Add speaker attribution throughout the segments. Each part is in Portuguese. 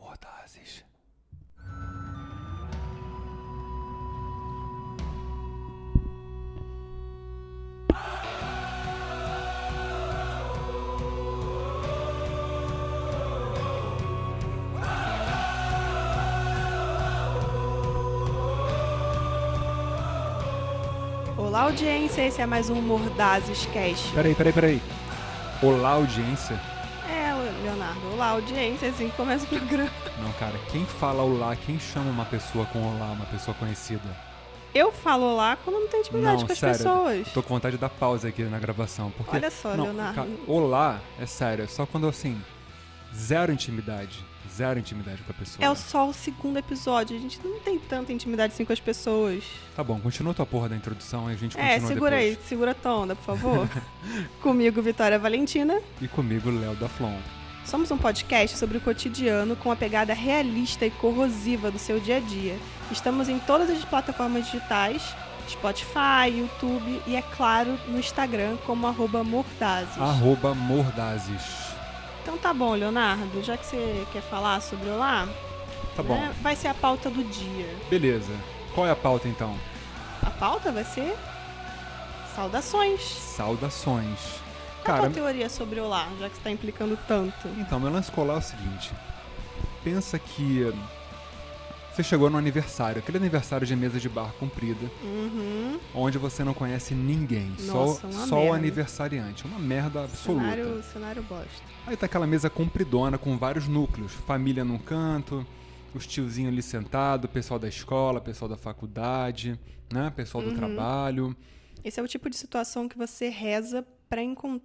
Speaker 1: vocês.
Speaker 2: Olá, audiência. Esse é mais um Mordazes Cast.
Speaker 1: Peraí, peraí, peraí. Olá, audiência.
Speaker 2: É, Leonardo. Olá, audiência. Assim que começa o programa.
Speaker 1: Não, cara, quem fala olá, quem chama uma pessoa com olá, uma pessoa conhecida?
Speaker 2: Eu falo olá quando não tenho intimidade
Speaker 1: Não,
Speaker 2: com as
Speaker 1: sério,
Speaker 2: pessoas.
Speaker 1: Tô com vontade de dar pausa aqui na gravação, porque...
Speaker 2: Olha só,
Speaker 1: Não,
Speaker 2: Leonardo.
Speaker 1: cara, olá, é sério, é só quando, assim, zero intimidade, zero intimidade com a pessoa.
Speaker 2: É só o segundo episódio. A gente não tem tanta intimidade assim com as pessoas.
Speaker 1: Tá bom, continua tua porra da introdução e a gente continua
Speaker 2: é, segura
Speaker 1: depois.
Speaker 2: aí. Segura a tonda, por favor. Comigo, Vitória Valentina.
Speaker 1: E comigo, Léo da Flon.
Speaker 2: Somos um podcast sobre o cotidiano com a pegada realista e corrosiva do seu dia a dia. Estamos em todas as plataformas digitais, Spotify, YouTube e, é claro, no Instagram como arroba Mordazes.
Speaker 1: Arroba Mordazes.
Speaker 2: Então tá bom, Leonardo, já que você quer falar sobre o lá,
Speaker 1: Tá bom,
Speaker 2: né, vai ser a pauta do dia.
Speaker 1: beleza. Qual é a pauta, então?
Speaker 2: A pauta vai ser saudações.
Speaker 1: Saudações.
Speaker 2: Qual é
Speaker 1: Cara,
Speaker 2: a tua teoria sobre o lá, já que você tá implicando tanto?
Speaker 1: Então, meu lance colar é o seguinte. Pensa que hum, você chegou no aniversário, aquele aniversário de mesa de bar comprida,
Speaker 2: Uhum,
Speaker 1: onde você não conhece ninguém,
Speaker 2: Nossa,
Speaker 1: só,
Speaker 2: uma
Speaker 1: só o
Speaker 2: merda.
Speaker 1: aniversariante, uma merda absoluta.
Speaker 2: cenário, cenário bosta.
Speaker 1: Aí tá aquela mesa compridona com vários núcleos, família num canto, os tiozinhos ali sentado, pessoal da escola, pessoal da faculdade, né, pessoal
Speaker 2: Uhum.
Speaker 1: do trabalho.
Speaker 2: Esse é o tipo de situação que você reza para encontrar.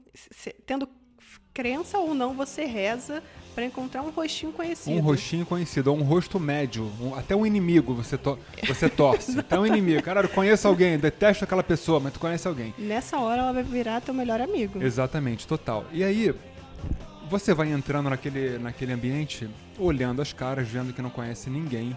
Speaker 2: Tendo f- crença ou não, você reza para encontrar um rostinho conhecido.
Speaker 1: Um rostinho conhecido, ou um rosto médio, um- até um inimigo você, to- você torce. até um inimigo. Caralho, conheço alguém, detesto aquela pessoa, mas tu conhece alguém.
Speaker 2: Nessa hora ela vai virar teu melhor amigo.
Speaker 1: Exatamente, total. E aí, você vai entrando naquele, naquele ambiente, olhando as caras, vendo que não conhece ninguém.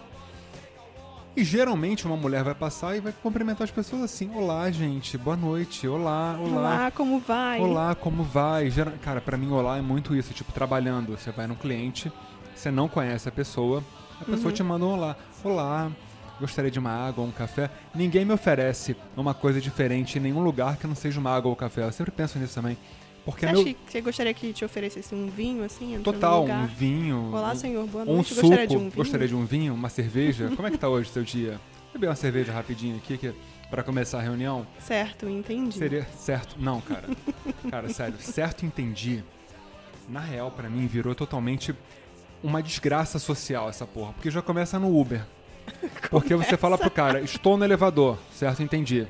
Speaker 1: E geralmente uma mulher vai passar e vai cumprimentar as pessoas assim: Olá, gente, boa noite, olá, olá.
Speaker 2: Olá, "Ah, como vai?
Speaker 1: Olá, como vai? Gera- Cara, pra mim, olá é muito isso. Tipo, trabalhando, você vai num cliente, você não conhece a pessoa, a
Speaker 2: Uhum.
Speaker 1: pessoa te manda um olá. Olá, gostaria de uma água ou um café. Ninguém me oferece uma coisa diferente em nenhum lugar que não seja uma água ou um café. Eu sempre penso nisso também. Porque
Speaker 2: Você,
Speaker 1: é
Speaker 2: acha
Speaker 1: meu.
Speaker 2: que você gostaria que te oferecesse um vinho assim? entrando no
Speaker 1: Total, um
Speaker 2: lugar?
Speaker 1: vinho.
Speaker 2: Olá,
Speaker 1: um-
Speaker 2: senhor, boa
Speaker 1: um
Speaker 2: noite.
Speaker 1: suco,
Speaker 2: gostaria de um vinho?
Speaker 1: gostaria de um vinho, uma cerveja. Como é que tá hoje o seu dia? Beber uma cerveja rapidinho aqui que para começar a reunião.
Speaker 2: Certo, entendi.
Speaker 1: Seria certo. Não, cara. Cara, sério, certo entendi. Na real, pra mim, virou totalmente uma desgraça social essa porra. Porque já começa no Uber. Porque você fala pro cara, estou no elevador, certo entendi.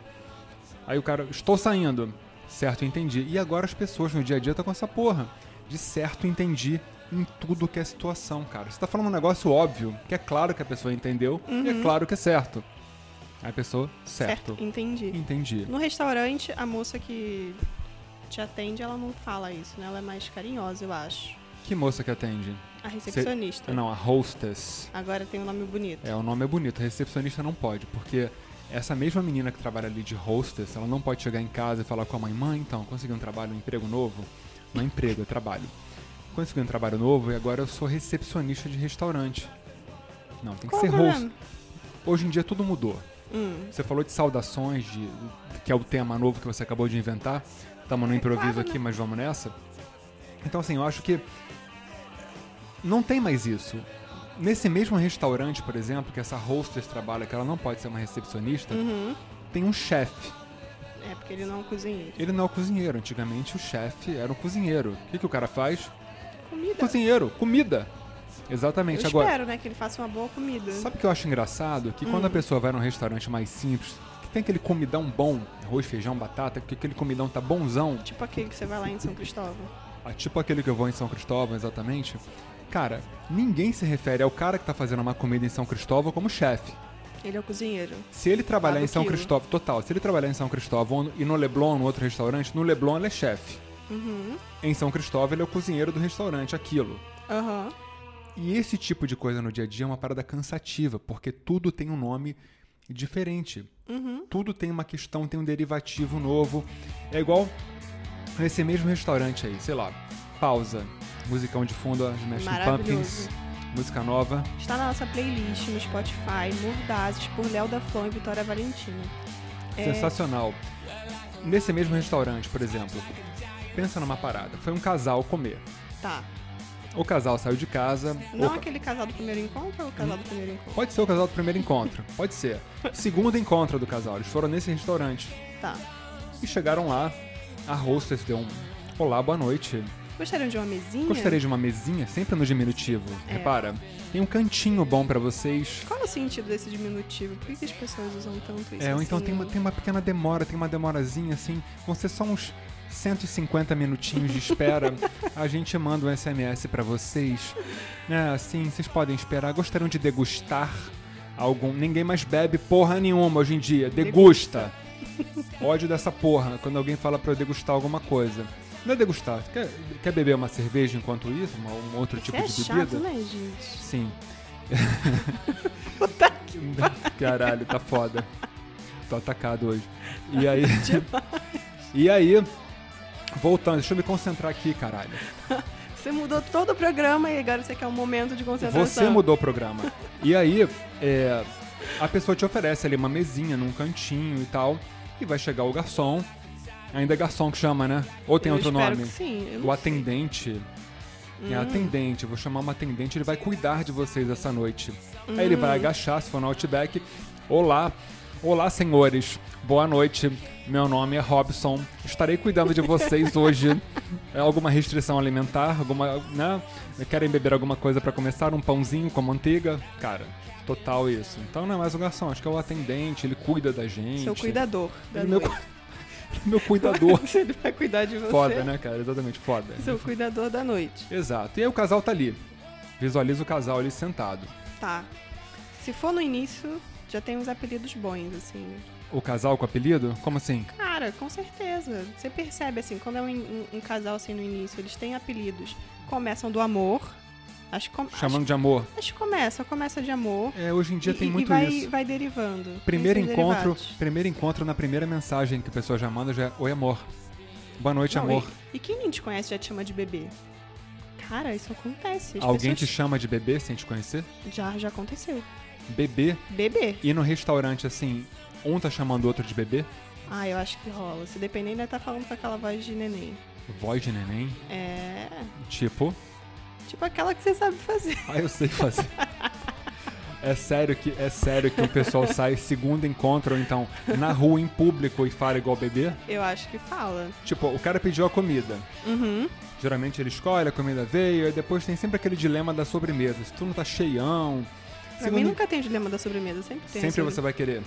Speaker 1: Aí o cara, estou saindo, certo entendi. E agora as pessoas no dia a dia estão com essa porra. De certo entendi em tudo que é situação, cara. Você tá falando um negócio óbvio, que é claro que a pessoa entendeu, e é claro que é certo. Aí a pessoa, certo.
Speaker 2: entendi.
Speaker 1: Entendi.
Speaker 2: No restaurante, a moça que te atende, ela não fala isso, né? Ela é mais carinhosa, eu acho.
Speaker 1: Que moça que atende?
Speaker 2: A recepcionista.
Speaker 1: Não, a hostess.
Speaker 2: Agora tem um nome bonito.
Speaker 1: É, o nome é bonito. Recepcionista não pode, porque essa mesma menina que trabalha ali de hostess, ela não pode chegar em casa e falar com a mãe, mãe, então, consegui um trabalho, um emprego novo? Não é emprego, é trabalho. Consegui um trabalho novo e agora eu sou recepcionista de restaurante. Não, tem que
Speaker 2: Qual o
Speaker 1: ser host.
Speaker 2: problema?
Speaker 1: Hoje em dia tudo mudou.
Speaker 2: Hum.
Speaker 1: Você falou de saudações, de- que é o tema novo que você acabou de inventar. Estamos no improviso
Speaker 2: claro,
Speaker 1: aqui,
Speaker 2: né?
Speaker 1: mas vamos nessa. Então, assim, eu acho que não tem mais isso. Nesse mesmo restaurante, por exemplo, que essa hostess trabalha, que ela não pode ser uma recepcionista,
Speaker 2: Uhum.
Speaker 1: tem um chefe.
Speaker 2: É, porque ele não é um cozinheiro.
Speaker 1: Ele não é o cozinheiro. Antigamente, o chefe era o cozinheiro. O que, que o cara faz?
Speaker 2: Comida.
Speaker 1: Cozinheiro, comida.
Speaker 2: Eu
Speaker 1: Exatamente. Agora,
Speaker 2: espero, né, que ele faça uma boa comida.
Speaker 1: Sabe o que eu acho engraçado? Que quando a pessoa vai num restaurante mais simples, que tem aquele comidão bom, arroz, feijão, batata, que aquele comidão tá bonzão,
Speaker 2: Tipo aquele que você vai lá em São Cristóvão.
Speaker 1: ah, tipo aquele que eu vou em São Cristóvão, exatamente. Cara, ninguém se refere ao cara que tá fazendo uma comida em São Cristóvão como chefe.
Speaker 2: Ele é o cozinheiro.
Speaker 1: Se ele trabalhar
Speaker 2: Ah, do
Speaker 1: em São
Speaker 2: quilo.
Speaker 1: Cristóvão, total, se ele trabalhar em São Cristóvão e no Leblon, no outro restaurante, no Leblon ele é chefe.
Speaker 2: Uhum.
Speaker 1: Em São Cristóvão ele é o cozinheiro do restaurante, aquilo.
Speaker 2: Aham.
Speaker 1: E esse tipo de coisa no dia a dia é uma parada cansativa, porque tudo tem um nome diferente.
Speaker 2: Uhum.
Speaker 1: tudo tem uma questão, tem um derivativo novo. É igual nesse mesmo restaurante aí, sei lá, pausa, musicão de fundo, as Smashing
Speaker 2: Maravilhoso.
Speaker 1: Pumpkins, Música nova.
Speaker 2: Está na nossa playlist no Spotify, Mordazes, por Léo da Flon e Vitória Valentina. É-
Speaker 1: Sensacional. Nesse mesmo restaurante, por exemplo, pensa numa parada. Foi um casal comer.
Speaker 2: Tá.
Speaker 1: O casal saiu de casa.
Speaker 2: Não
Speaker 1: Opa, Hum.
Speaker 2: aquele casal do primeiro encontro ou o casal do primeiro encontro?
Speaker 1: Pode ser o casal do primeiro encontro. Pode ser. Segundo encontro do casal. Eles foram nesse restaurante.
Speaker 2: Tá.
Speaker 1: E chegaram lá. A hostess deu um olá, boa noite.
Speaker 2: Gostariam de uma mesinha?
Speaker 1: Gostaria de uma mesinha? Sempre no diminutivo.
Speaker 2: É.
Speaker 1: Repara. Tem um cantinho bom pra vocês.
Speaker 2: Qual é o sentido desse diminutivo? Por que que as pessoas usam tanto isso?
Speaker 1: É, ou então
Speaker 2: assim?
Speaker 1: tem uma, tem uma pequena demora, tem uma demorazinha assim. Vão ser só uns 150 minutinhos de espera. a gente manda um SMS pra vocês. né? assim, vocês podem esperar. Gostariam de degustar algum. Ninguém mais bebe porra nenhuma hoje em dia. Degusta. Ódio dessa porra quando alguém fala pra eu degustar alguma coisa. Não é degustar. Quer, quer beber uma cerveja enquanto isso? Uma- um outro
Speaker 2: Isso
Speaker 1: tipo
Speaker 2: é
Speaker 1: de
Speaker 2: chato,
Speaker 1: bebida?
Speaker 2: né, gente?
Speaker 1: Sim. Caralho, tá foda. Tô atacado hoje. E aí. e aí. Voltando, deixa eu me concentrar aqui, caralho.
Speaker 2: Você mudou todo o programa e agora você quer um momento de concentração.
Speaker 1: Você mudou o programa. E aí, é, a pessoa te oferece ali uma mesinha num cantinho e tal. E vai chegar o garçom. Ainda é garçom que chama, né? Ou tem
Speaker 2: Eu
Speaker 1: outro
Speaker 2: espero
Speaker 1: nome?
Speaker 2: que sim. eu não
Speaker 1: O atendente.
Speaker 2: Hum.
Speaker 1: É atendente, eu vou chamar um atendente, ele vai cuidar de vocês essa noite. Aí
Speaker 2: Hum.
Speaker 1: ele vai agachar, se for no Outback. Olá, olá senhores, boa noite. Meu nome é Robson, estarei cuidando de vocês hoje. É alguma restrição alimentar? Alguma, né? Querem beber alguma coisa pra começar? Um pãozinho com manteiga? Cara, total isso. Então não é mais o garçom, acho que é o atendente, ele cuida da gente. é
Speaker 2: Seu cuidador da
Speaker 1: Meu,
Speaker 2: noite.
Speaker 1: cu- meu cuidador.
Speaker 2: Ele vai cuidar de você.
Speaker 1: Foda, né, cara? Exatamente, foda.
Speaker 2: Seu cuidador da noite.
Speaker 1: Exato. E aí o casal tá ali. Visualiza o casal ali sentado.
Speaker 2: Tá. Se for no início, já tem uns apelidos bons, assim.
Speaker 1: O casal com apelido? Como assim?
Speaker 2: Cara, com certeza. Você percebe, assim, quando é um, um- um casal, assim, no início, eles têm apelidos. Começam do amor. Acho que, com-
Speaker 1: Chamando de amor.
Speaker 2: acho, acho que começa, começa de amor.
Speaker 1: É, hoje em dia
Speaker 2: e,
Speaker 1: tem
Speaker 2: e
Speaker 1: muito
Speaker 2: vai,
Speaker 1: isso.
Speaker 2: vai derivando.
Speaker 1: Primeiro
Speaker 2: Tem seus
Speaker 1: encontro,
Speaker 2: derivados.
Speaker 1: primeiro encontro na primeira mensagem que a pessoa já manda já é Oi amor. Boa noite,
Speaker 2: Não,
Speaker 1: amor.
Speaker 2: E, e quem não te conhece já te chama de bebê? Cara, isso acontece. As
Speaker 1: Alguém te
Speaker 2: pessoas...
Speaker 1: chama de bebê sem te conhecer?
Speaker 2: Já, já aconteceu.
Speaker 1: Bebê.
Speaker 2: Bebê.
Speaker 1: E no restaurante, assim, um tá chamando o outro de bebê?
Speaker 2: Ah, eu acho que rola. Se depender, ainda tá falando com aquela voz de neném.
Speaker 1: Voz de neném?
Speaker 2: É.
Speaker 1: Tipo,
Speaker 2: Tipo aquela que você sabe fazer.
Speaker 1: ah, eu sei fazer. É sério que é sério que o pessoal sai segundo encontro ou então na rua em público e fala igual bebê?
Speaker 2: Eu acho que fala.
Speaker 1: Tipo, o cara pediu a comida.
Speaker 2: Uhum.
Speaker 1: Geralmente ele escolhe, a comida veio, e depois tem sempre aquele dilema da sobremesa. Se tu não tá cheião.
Speaker 2: Pra
Speaker 1: segundo-
Speaker 2: mim nunca tem o dilema da sobremesa, sempre tem.
Speaker 1: Sempre
Speaker 2: sobre-
Speaker 1: você vai querer.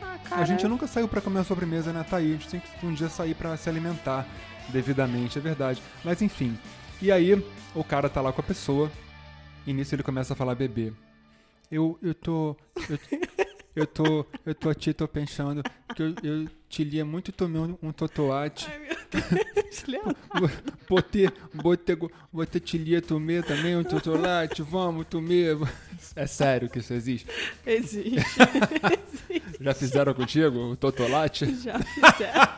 Speaker 2: Ah, cara.
Speaker 1: A gente nunca saiu pra comer a sobremesa, né, Thaís? A gente tem que um dia sair pra se alimentar devidamente, é verdade. Mas enfim. E aí, o cara tá lá com a pessoa, e nisso ele começa a falar bebê. Eu, eu tô. Eu, eu tô. Eu tô aqui, tô pensando que eu, eu te lia muito e tomei um, um totoate.
Speaker 2: Ai, meu Deus, Leandro.
Speaker 1: Botei, botei, botei tilia, tomê também, um totolate, vamos, tomê. É sério que isso existe?
Speaker 2: Existe,
Speaker 1: Já fizeram contigo o totolate?
Speaker 2: já fizeram.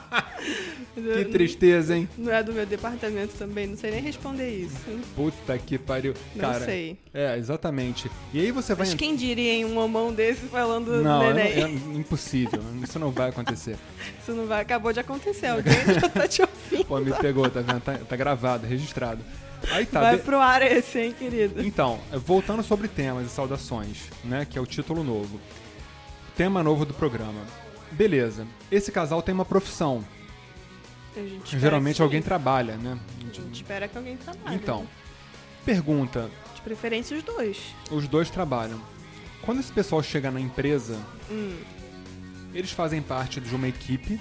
Speaker 1: Que tristeza, hein?
Speaker 2: Não é do meu departamento também, não sei nem responder isso.
Speaker 1: Puta que pariu.
Speaker 2: Não
Speaker 1: Cara,
Speaker 2: sei.
Speaker 1: é, exatamente. E aí você vai...
Speaker 2: Mas quem né? diria em um homão desse falando
Speaker 1: Não, é,
Speaker 2: neném?
Speaker 1: é impossível. Isso não vai acontecer.
Speaker 2: Isso não vai, acabou de acontecer, alguém já tá te ouvindo.
Speaker 1: Pô, me pegou, tá vendo? Tá, tá gravado, registrado. Aí tá.
Speaker 2: vai
Speaker 1: de-
Speaker 2: pro ar esse, hein, querido?
Speaker 1: Então, voltando sobre temas e saudações, né? Que é o título novo. Tema novo do programa. Beleza. Esse casal tem uma profissão.
Speaker 2: A gente espera
Speaker 1: Geralmente
Speaker 2: que-
Speaker 1: alguém trabalha, né?
Speaker 2: A gente espera que alguém trabalhe.
Speaker 1: Então,
Speaker 2: né?
Speaker 1: pergunta:
Speaker 2: De preferência os dois.
Speaker 1: os dois trabalham. Quando esse pessoal chega na empresa,
Speaker 2: Hum,
Speaker 1: eles fazem parte de uma equipe,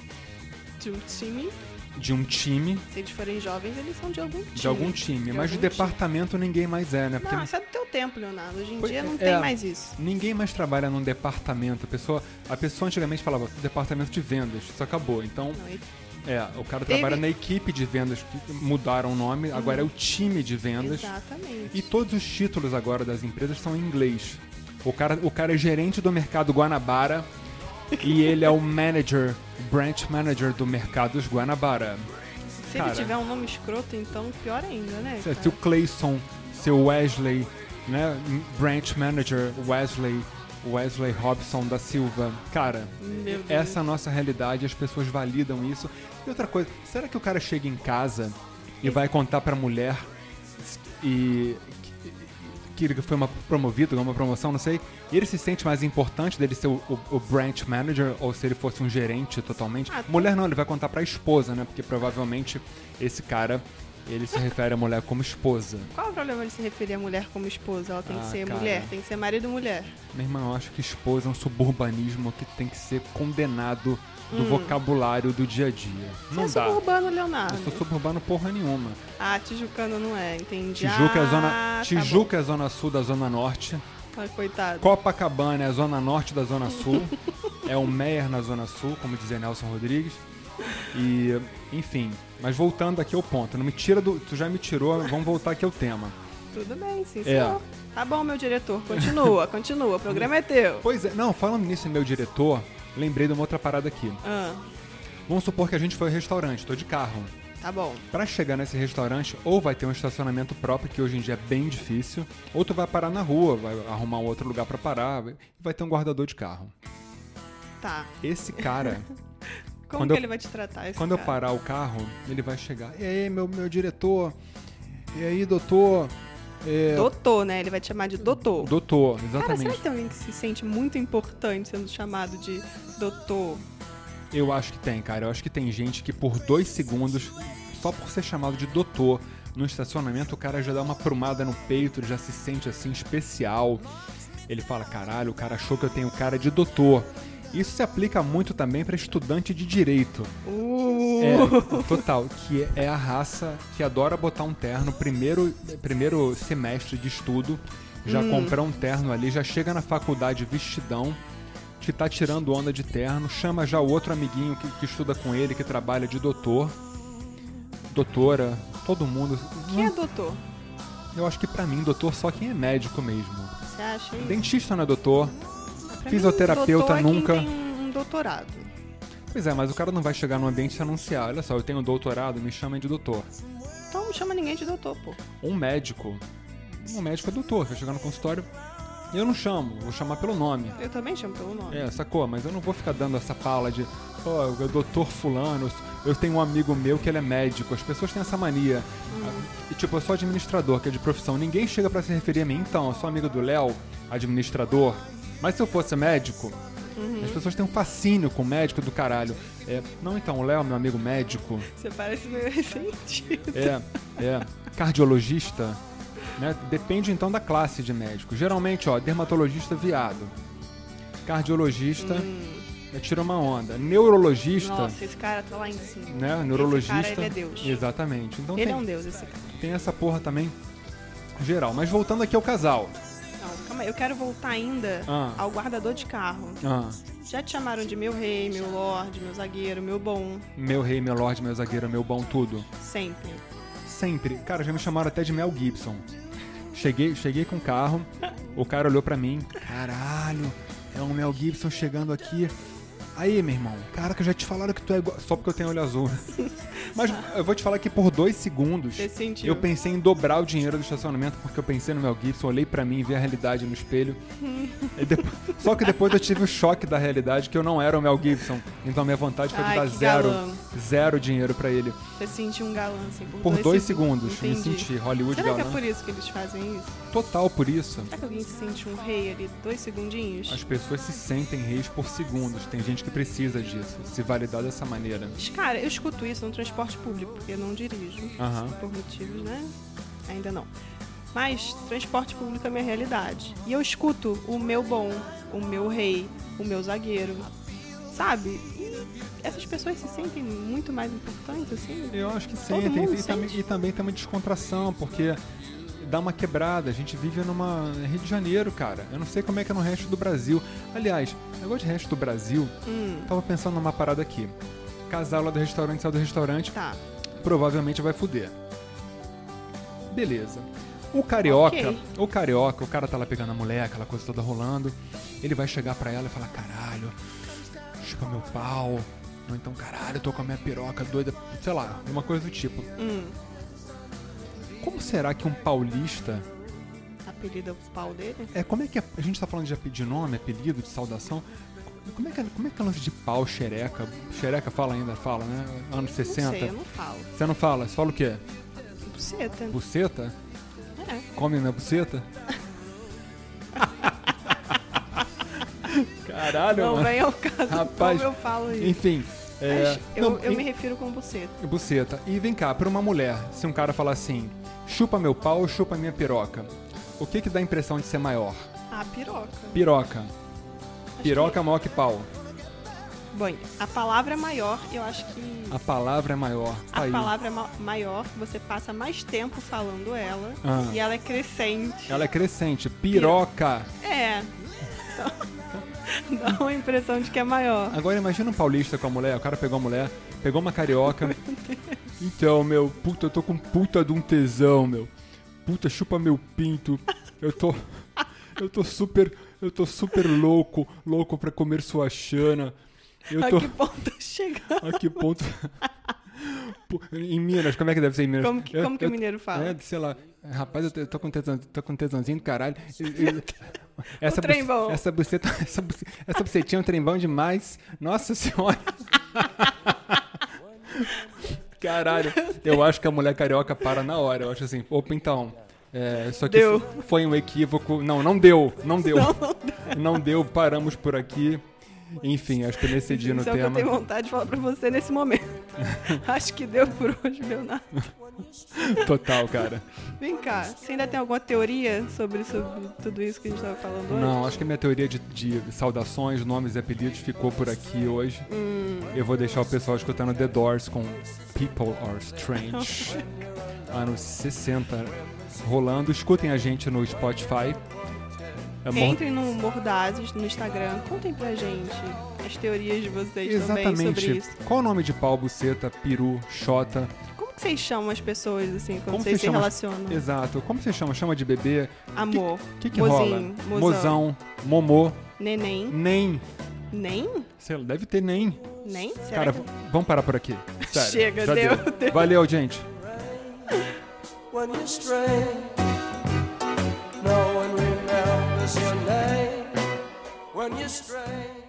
Speaker 2: de um time,
Speaker 1: de um time,
Speaker 2: se eles forem jovens, eles são de algum time.
Speaker 1: de algum time,
Speaker 2: De
Speaker 1: mas de
Speaker 2: algum
Speaker 1: departamento ninguém mais é, né? Porque
Speaker 2: Não, isso é do teu tempo, Leonardo. Hoje em
Speaker 1: Pois
Speaker 2: dia não
Speaker 1: é.
Speaker 2: tem mais isso.
Speaker 1: ninguém mais trabalha num departamento. A pessoa, a pessoa antigamente falava departamento de vendas, isso acabou. Então,
Speaker 2: Não, e-
Speaker 1: é, o cara
Speaker 2: Teve- Uhum.
Speaker 1: trabalha na equipe de vendas, que mudaram o nome, agora é o time de vendas.
Speaker 2: Exatamente.
Speaker 1: E todos os títulos agora das empresas são em inglês. O cara, o cara é gerente do mercado Guanabara e ele é o manager, branch manager do Mercados Guanabara.
Speaker 2: se
Speaker 1: cara.
Speaker 2: ele tiver um nome escroto, então pior ainda, né?
Speaker 1: Se
Speaker 2: cara?
Speaker 1: Seu Clayson, seu Wesley, né? Branch Manager Wesley Wesley Robson da Silva. Cara,
Speaker 2: Meu Deus.
Speaker 1: essa é a nossa realidade, as pessoas validam isso. E outra coisa, será que o cara chega em casa e vai contar pra mulher e que ele foi uma promovido, ganhou uma promoção, não sei. E ele se sente mais importante dele ser o, o- o branch manager ou se ele fosse um gerente totalmente.
Speaker 2: Ah,
Speaker 1: mulher não, ele vai contar pra esposa, né? Porque provavelmente esse cara, ele se refere à mulher como esposa.
Speaker 2: Qual o problema de se referir à mulher como esposa? Ela tem que
Speaker 1: Ah,
Speaker 2: ser
Speaker 1: cara.
Speaker 2: mulher, tem que ser marido mulher.
Speaker 1: Meu irmão, eu acho que esposa é um suburbanismo que tem que ser condenado do vocabulário do dia a dia. Não
Speaker 2: Você Hum. é
Speaker 1: dá.
Speaker 2: suburbano,
Speaker 1: Eu
Speaker 2: Leonardo.
Speaker 1: sou suburbano porra nenhuma.
Speaker 2: Ah, tijucano não é, entendi.
Speaker 1: Tijuca, é,
Speaker 2: ah,
Speaker 1: zona,
Speaker 2: tá
Speaker 1: Tijuca é zona sul da zona norte.
Speaker 2: bom. Ah, coitado.
Speaker 1: Copacabana é a zona norte da zona sul. é o Meier na zona sul, como dizia Nelson Rodrigues. E, enfim. Mas voltando aqui ao ponto. Não me tira do... Tu já me tirou, vamos voltar aqui ao tema.
Speaker 2: Tudo bem,
Speaker 1: É.
Speaker 2: sim, senhor. Tá bom, meu diretor. Continua, continua. O programa é teu.
Speaker 1: Pois é. Não, falando nisso, meu diretor, lembrei de uma outra parada aqui.
Speaker 2: Ah,
Speaker 1: Vamos supor que a gente foi ao restaurante. Tô de carro.
Speaker 2: tá bom.
Speaker 1: Pra chegar nesse restaurante, ou vai ter um estacionamento próprio, que hoje em dia é bem difícil, ou tu vai parar na rua, vai arrumar um outro lugar pra parar, vai- e vai ter um guardador de carro.
Speaker 2: Tá.
Speaker 1: Esse cara,
Speaker 2: Como
Speaker 1: Quando
Speaker 2: que
Speaker 1: eu-
Speaker 2: ele vai te tratar esse
Speaker 1: quando eu
Speaker 2: cara?
Speaker 1: parar o carro, ele vai chegar. E aí, meu, meu diretor? E aí, doutor? É,
Speaker 2: Doutor, né? Ele vai te chamar de doutor.
Speaker 1: doutor,
Speaker 2: Cara, será
Speaker 1: exatamente.
Speaker 2: que tem alguém que se sente muito importante sendo chamado de doutor?
Speaker 1: Eu acho que tem, cara. Eu acho que tem gente que por dois segundos, só por ser chamado de doutor no estacionamento, o cara já dá uma prumada no peito, ele já se sente assim especial. Ele fala: caralho, o cara achou que eu tenho cara de doutor. Isso se aplica muito também pra estudante de direito.
Speaker 2: Uh,
Speaker 1: É, total, que é a raça que adora botar um terno primeiro, primeiro semestre de estudo, já
Speaker 2: Hum.
Speaker 1: comprar um terno ali, já chega na faculdade vestidão, que tá tirando onda de terno, chama já o outro amiguinho que, que estuda com ele, que trabalha de doutor, doutora, todo mundo.
Speaker 2: Quem é doutor?
Speaker 1: Eu acho que pra mim, doutor, só quem é médico mesmo.
Speaker 2: Você acha isso?
Speaker 1: Dentista não é doutor.
Speaker 2: Pra
Speaker 1: fisioterapeuta
Speaker 2: mim, doutor
Speaker 1: nunca.
Speaker 2: É quem tem um doutorado.
Speaker 1: Pois é, mas o cara não vai chegar no ambiente e anunciar, olha só, eu tenho doutorado, me chamem de doutor.
Speaker 2: Então não chama ninguém de doutor, pô.
Speaker 1: um médico. Um médico é doutor, vai chegar no consultório. Eu não chamo, vou chamar pelo nome.
Speaker 2: Eu também chamo pelo nome.
Speaker 1: É, sacou? Mas eu não vou ficar dando essa pala de, ó, o doutor Fulano, eu tenho um amigo meu que ele é médico. As pessoas têm essa mania. E, tipo, eu sou administrador, que é de profissão. Ninguém chega pra se referir a mim, então, eu sou amigo do Léo, administrador. Mas se eu fosse médico, as pessoas têm um fascínio com o médico do caralho. É, não, então, o Léo, meu amigo médico.
Speaker 2: Você parece meio ressentido.
Speaker 1: É, é. Cardiologista, né? Depende então da classe de médico. Geralmente, ó, dermatologista viado. Cardiologista é, tira uma onda. Neurologista,
Speaker 2: Hum. Nossa, esse cara tá lá em cima.
Speaker 1: né? Neurologista.
Speaker 2: Esse cara, ele é Deus.
Speaker 1: Exatamente. Então
Speaker 2: Ele
Speaker 1: tem,
Speaker 2: é um deus, esse cara.
Speaker 1: tem essa porra também geral. Mas voltando aqui ao casal.
Speaker 2: Não, calma aí. Eu quero voltar ainda
Speaker 1: Ah.
Speaker 2: ao guardador de carro.
Speaker 1: Ah,
Speaker 2: Já te chamaram de meu rei, meu lorde, meu zagueiro, meu bom.
Speaker 1: meu rei, meu lorde, meu zagueiro, meu bom tudo.
Speaker 2: Sempre.
Speaker 1: Sempre. Cara, já me chamaram até de Mel Gibson. Cheguei, cheguei com o carro, o cara olhou pra mim. Caralho, é o Mel Gibson chegando aqui. Aí, meu irmão, cara, que já te falaram que tu é igual. Só porque eu tenho olho azul. né? Mas eu vou te falar que por dois segundos
Speaker 2: Você sentiu.
Speaker 1: eu pensei em dobrar o dinheiro do estacionamento porque eu pensei no Mel Gibson, olhei pra mim, vi a realidade no espelho. E depo- Só que depois eu tive o choque da realidade que eu não era o Mel Gibson. Então minha vontade foi de
Speaker 2: Ai,
Speaker 1: dar
Speaker 2: que
Speaker 1: zero,
Speaker 2: galã.
Speaker 1: zero dinheiro pra ele.
Speaker 2: Você sentiu um galã, assim, por,
Speaker 1: Por dois, segundos, me
Speaker 2: Entendi.
Speaker 1: senti Hollywood
Speaker 2: Será que é
Speaker 1: galã.
Speaker 2: por isso que eles fazem isso?
Speaker 1: Total por isso.
Speaker 2: Será que alguém se sente um rei ali, dois segundinhos?
Speaker 1: As pessoas se sentem reis por segundos. Tem gente que precisa disso, se validar dessa maneira.
Speaker 2: Mas, Cara, eu escuto isso no transporte público, porque eu não dirijo.
Speaker 1: Aham.
Speaker 2: Por motivos, né? Ainda não. Mas transporte público é minha realidade. E eu escuto o meu bom, o meu rei, o meu zagueiro. Sabe? E essas pessoas se sentem muito mais importantes, assim.
Speaker 1: Eu acho que
Speaker 2: Todo
Speaker 1: sentem.
Speaker 2: mundo
Speaker 1: e, também,
Speaker 2: sente.
Speaker 1: e também tem uma descontração, porque dá uma quebrada. A gente vive numa é Rio de Janeiro, cara. Eu não sei como é que é no resto do Brasil. Aliás, negócio de resto do Brasil,
Speaker 2: Hum,
Speaker 1: tava pensando numa parada aqui. Casal lá do restaurante, saiu do restaurante,
Speaker 2: tá.
Speaker 1: provavelmente vai fuder. Beleza. O carioca,
Speaker 2: Ok.
Speaker 1: o carioca, o cara tá lá pegando a mulher, aquela coisa toda rolando. Ele vai chegar pra ela e falar: caralho, chupa meu pau. Ou então, caralho, eu tô com a minha piroca doida. Sei lá, uma coisa do tipo.
Speaker 2: Hum,
Speaker 1: Como será que um paulista
Speaker 2: apelida o pau dele?
Speaker 1: É, como é que é, a gente tá falando de, ape- de nome, apelido, de saudação? Como é que é, como é, que é o lance de pau, xereca? Xereca fala ainda, fala, né? Anos
Speaker 2: Não
Speaker 1: 60.
Speaker 2: sei, eu não falo.
Speaker 1: Você não fala, você fala o quê?
Speaker 2: Buceta.
Speaker 1: Buceta?
Speaker 2: É.
Speaker 1: Come minha buceta? Caralho,
Speaker 2: Não
Speaker 1: mano.
Speaker 2: vem ao caso
Speaker 1: Rapaz,
Speaker 2: como eu falo isso.
Speaker 1: Enfim. É,
Speaker 2: Mas eu,
Speaker 1: não,
Speaker 2: eu
Speaker 1: em-
Speaker 2: me refiro com buceta.
Speaker 1: Buceta. E vem cá, pra uma mulher, se um cara falar assim, chupa meu pau ou chupa minha piroca, o que que dá a impressão de ser maior?
Speaker 2: Ah, piroca.
Speaker 1: Piroca.
Speaker 2: Acho
Speaker 1: Piroca é maior que pau.
Speaker 2: que- Bom, a palavra é maior, eu acho que
Speaker 1: A palavra é maior.
Speaker 2: a
Speaker 1: Aí.
Speaker 2: palavra é ma- maior, você passa mais tempo falando ela
Speaker 1: Ah.
Speaker 2: e ela é crescente.
Speaker 1: Ela é crescente. Piroca.
Speaker 2: É. Então, dá uma impressão de que é maior.
Speaker 1: Agora imagina um paulista com a mulher, o cara pegou a mulher, pegou uma carioca. Então, meu, puta, eu tô com puta de um tesão, meu. Puta, chupa meu pinto. Eu tô. Eu tô super. Eu tô super louco, louco pra comer sua chana. Eu
Speaker 2: A
Speaker 1: tô.
Speaker 2: que ponto tá chegando?
Speaker 1: A que ponto. Pô, Em Minas, como é que deve ser em Minas?
Speaker 2: Como que,
Speaker 1: Eu-
Speaker 2: como que
Speaker 1: eu-
Speaker 2: o mineiro fala?
Speaker 1: É, sei lá. Rapaz, eu tô- eu tô com tesão, tô com tesãozinho do caralho. E- e- Essa,
Speaker 2: trem
Speaker 1: buce-
Speaker 2: bom.
Speaker 1: essa buceta, essa, buce- essa bucetinha é um trem bom demais. Nossa senhora. Caralho. Eu acho que a mulher carioca para na hora. Eu acho assim, opa, então. É, isso aqui
Speaker 2: Deu.
Speaker 1: fo- foi um equívoco. Não, não deu. Não deu. Não, deu. Paramos por aqui. Enfim, acho que eu me excedi no
Speaker 2: Isso é o que eu
Speaker 1: tema. né?
Speaker 2: tenho vontade de falar pra você nesse momento. Acho que deu por hoje, Leonardo.
Speaker 1: Total, cara.
Speaker 2: Vem cá, você ainda tem alguma teoria sobre, sobre tudo isso que a gente tava falando hoje?
Speaker 1: Não, acho que a minha teoria de, de saudações, nomes e apelidos ficou por aqui hoje.
Speaker 2: Hum.
Speaker 1: Eu vou deixar o pessoal escutando The Doors com People Are Strange, anos 60, rolando. Escutem a gente no Spotify. É bom-
Speaker 2: Entrem no Mordazes, no Instagram, contem pra gente as teorias de vocês também sobre
Speaker 1: Exatamente.
Speaker 2: isso.
Speaker 1: Qual o nome de pau, buceta, peru, xota?
Speaker 2: Como que vocês chamam as pessoas, assim, quando
Speaker 1: Como vocês
Speaker 2: vocês se
Speaker 1: chamam as-
Speaker 2: relacionam?
Speaker 1: Exato. Como você chama? Chama de bebê?
Speaker 2: Amor,
Speaker 1: O que, que rola?
Speaker 2: mozinho, mozão,
Speaker 1: Mozão, momô,
Speaker 2: neném,
Speaker 1: nem.
Speaker 2: nem,
Speaker 1: Sei lá, deve ter nem.
Speaker 2: nem, será
Speaker 1: Cara,
Speaker 2: que...
Speaker 1: v- vamos parar por aqui. Sério,
Speaker 2: Chega,
Speaker 1: já
Speaker 2: deu,
Speaker 1: deu.
Speaker 2: deu.
Speaker 1: Valeu, gente.
Speaker 3: when you stray. No one remembers your name when you stray.